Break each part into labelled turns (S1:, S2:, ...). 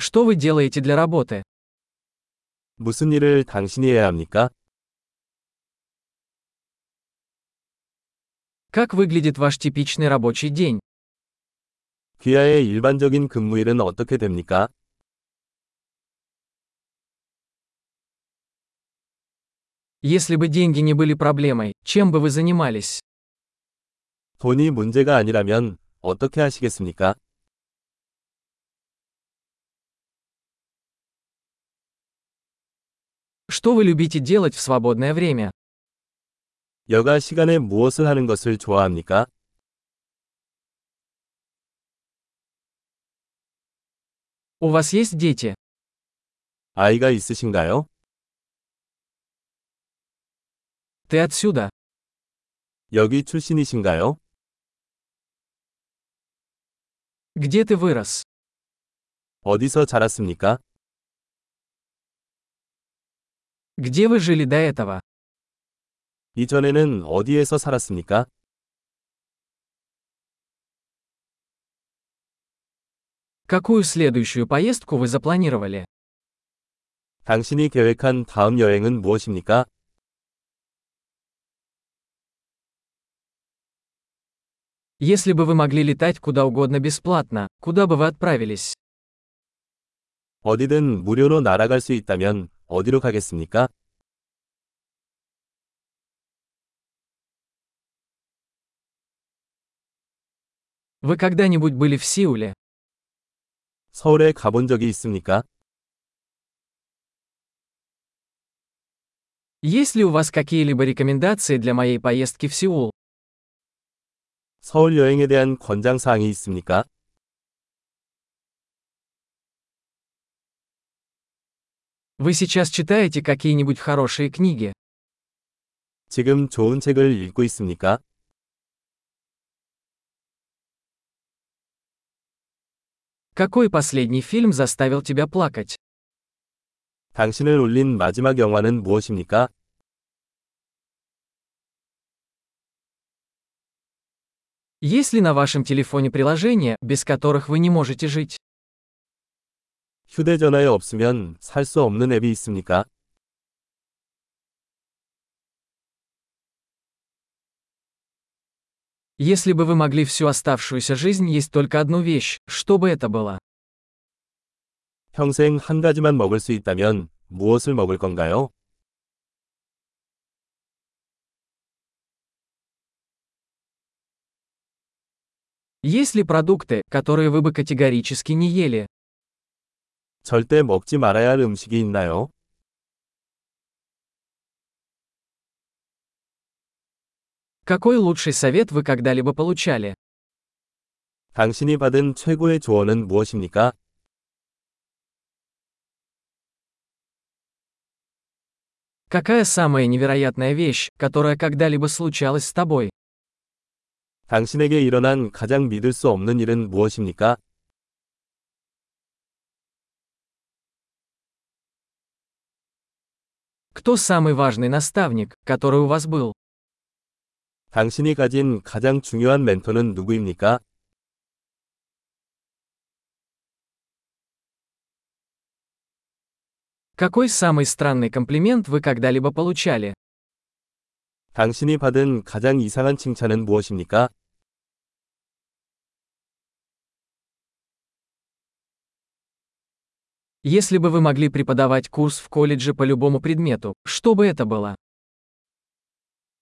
S1: Что вы делаете для работы?
S2: 무슨 일을 당신이 해야 합니까?
S1: Как выглядит ваш типичный рабочий день?
S2: 귀하의 일반적인 근무일은 어떻게 됩니까?
S1: Если бы деньги не были проблемой, чем бы вы занимались?
S2: 돈이 문제가 아니라면 어떻게 하시겠습니까?
S1: Что вы любите делать в свободное время?
S2: 여가 시간에 무엇을 하는 것을 좋아합니까?
S1: У вас есть дети?
S2: 아이가 있으신가요?
S1: Ты отсюда?
S2: 여기 출신이신가요?
S1: Где ты вырос?
S2: 어디서 자랐습니까?
S1: Где вы жили до этого?
S2: 이전에는 어디에서 살았습니까?
S1: Какую следующую поездку вы запланировали?
S2: 당신이 계획한 다음 여행은 무엇입니까?
S1: Если бы вы могли летать куда угодно бесплатно, куда бы вы отправились?
S2: 어디든 무료로 날아갈 수 있다면 어디로 가겠습니까?
S1: Вы когда-нибудь были в Сеуле?
S2: 서울에 가본 적이 있습니까?
S1: Есть ли у вас какие-либо рекомендации для моей поездки в Сеул?
S2: 서울 여행에 대한 권장 사항이 있습니까?
S1: Вы сейчас читаете какие-нибудь хорошие книги?
S2: 지금 좋은 책을 읽고 있습니까?
S1: Какой последний фильм заставил тебя плакать?
S2: 당신을 울린 마지막 영화는 무엇입니까?
S1: Есть ли на вашем телефоне приложения, без которых вы не можете жить?
S2: 휴대전화에 없으면 살 수 없는 앱이 있습니까?
S1: Если бы вы могли всю оставшуюся жизнь есть только одну вещь, что бы это было?
S2: 평생 한 가지만 먹을 수 있다면 무엇을 먹을 건가요?
S1: Есть ли продукты, которые вы бы категорически не ели?
S2: 절대 먹지 말아야 할 음식이 있나요?
S1: Какой лучший совет вы когда-либо получали?
S2: 당신이 받은 최고의 조언은 무엇입니까?
S1: Какая самая невероятная вещь, которая когда-либо случалась с тобой?
S2: 당신에게 일어난 가장 믿을 수 없는 일은 무엇입니까?
S1: Кто самый важный наставник, который у вас был?
S2: 당신이 가진 가장 중요한 멘토는 누구입니까?
S1: Какой самый странный комплимент вы когда-либо получали?
S2: 당신이 받은 가장 이상한 칭찬은 무엇입니까?
S1: Если бы вы могли преподавать курс в колледже по любому предмету, что бы это было?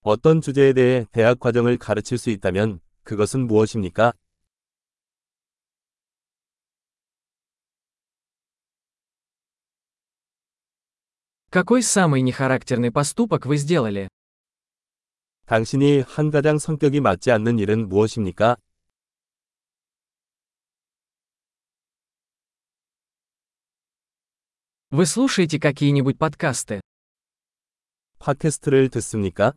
S2: 어떤 주제에 대해 대학 과정을 가르칠 수 있다면 그것은 무엇입니까?
S1: Какой самый нехарактерный поступок вы сделали?
S2: 당신이 한 가장 성격이 맞지 않는 일은 무엇입니까?
S1: Вы слушаете какие-нибудь подкасты?
S2: 팟캐스트를 듣습니까?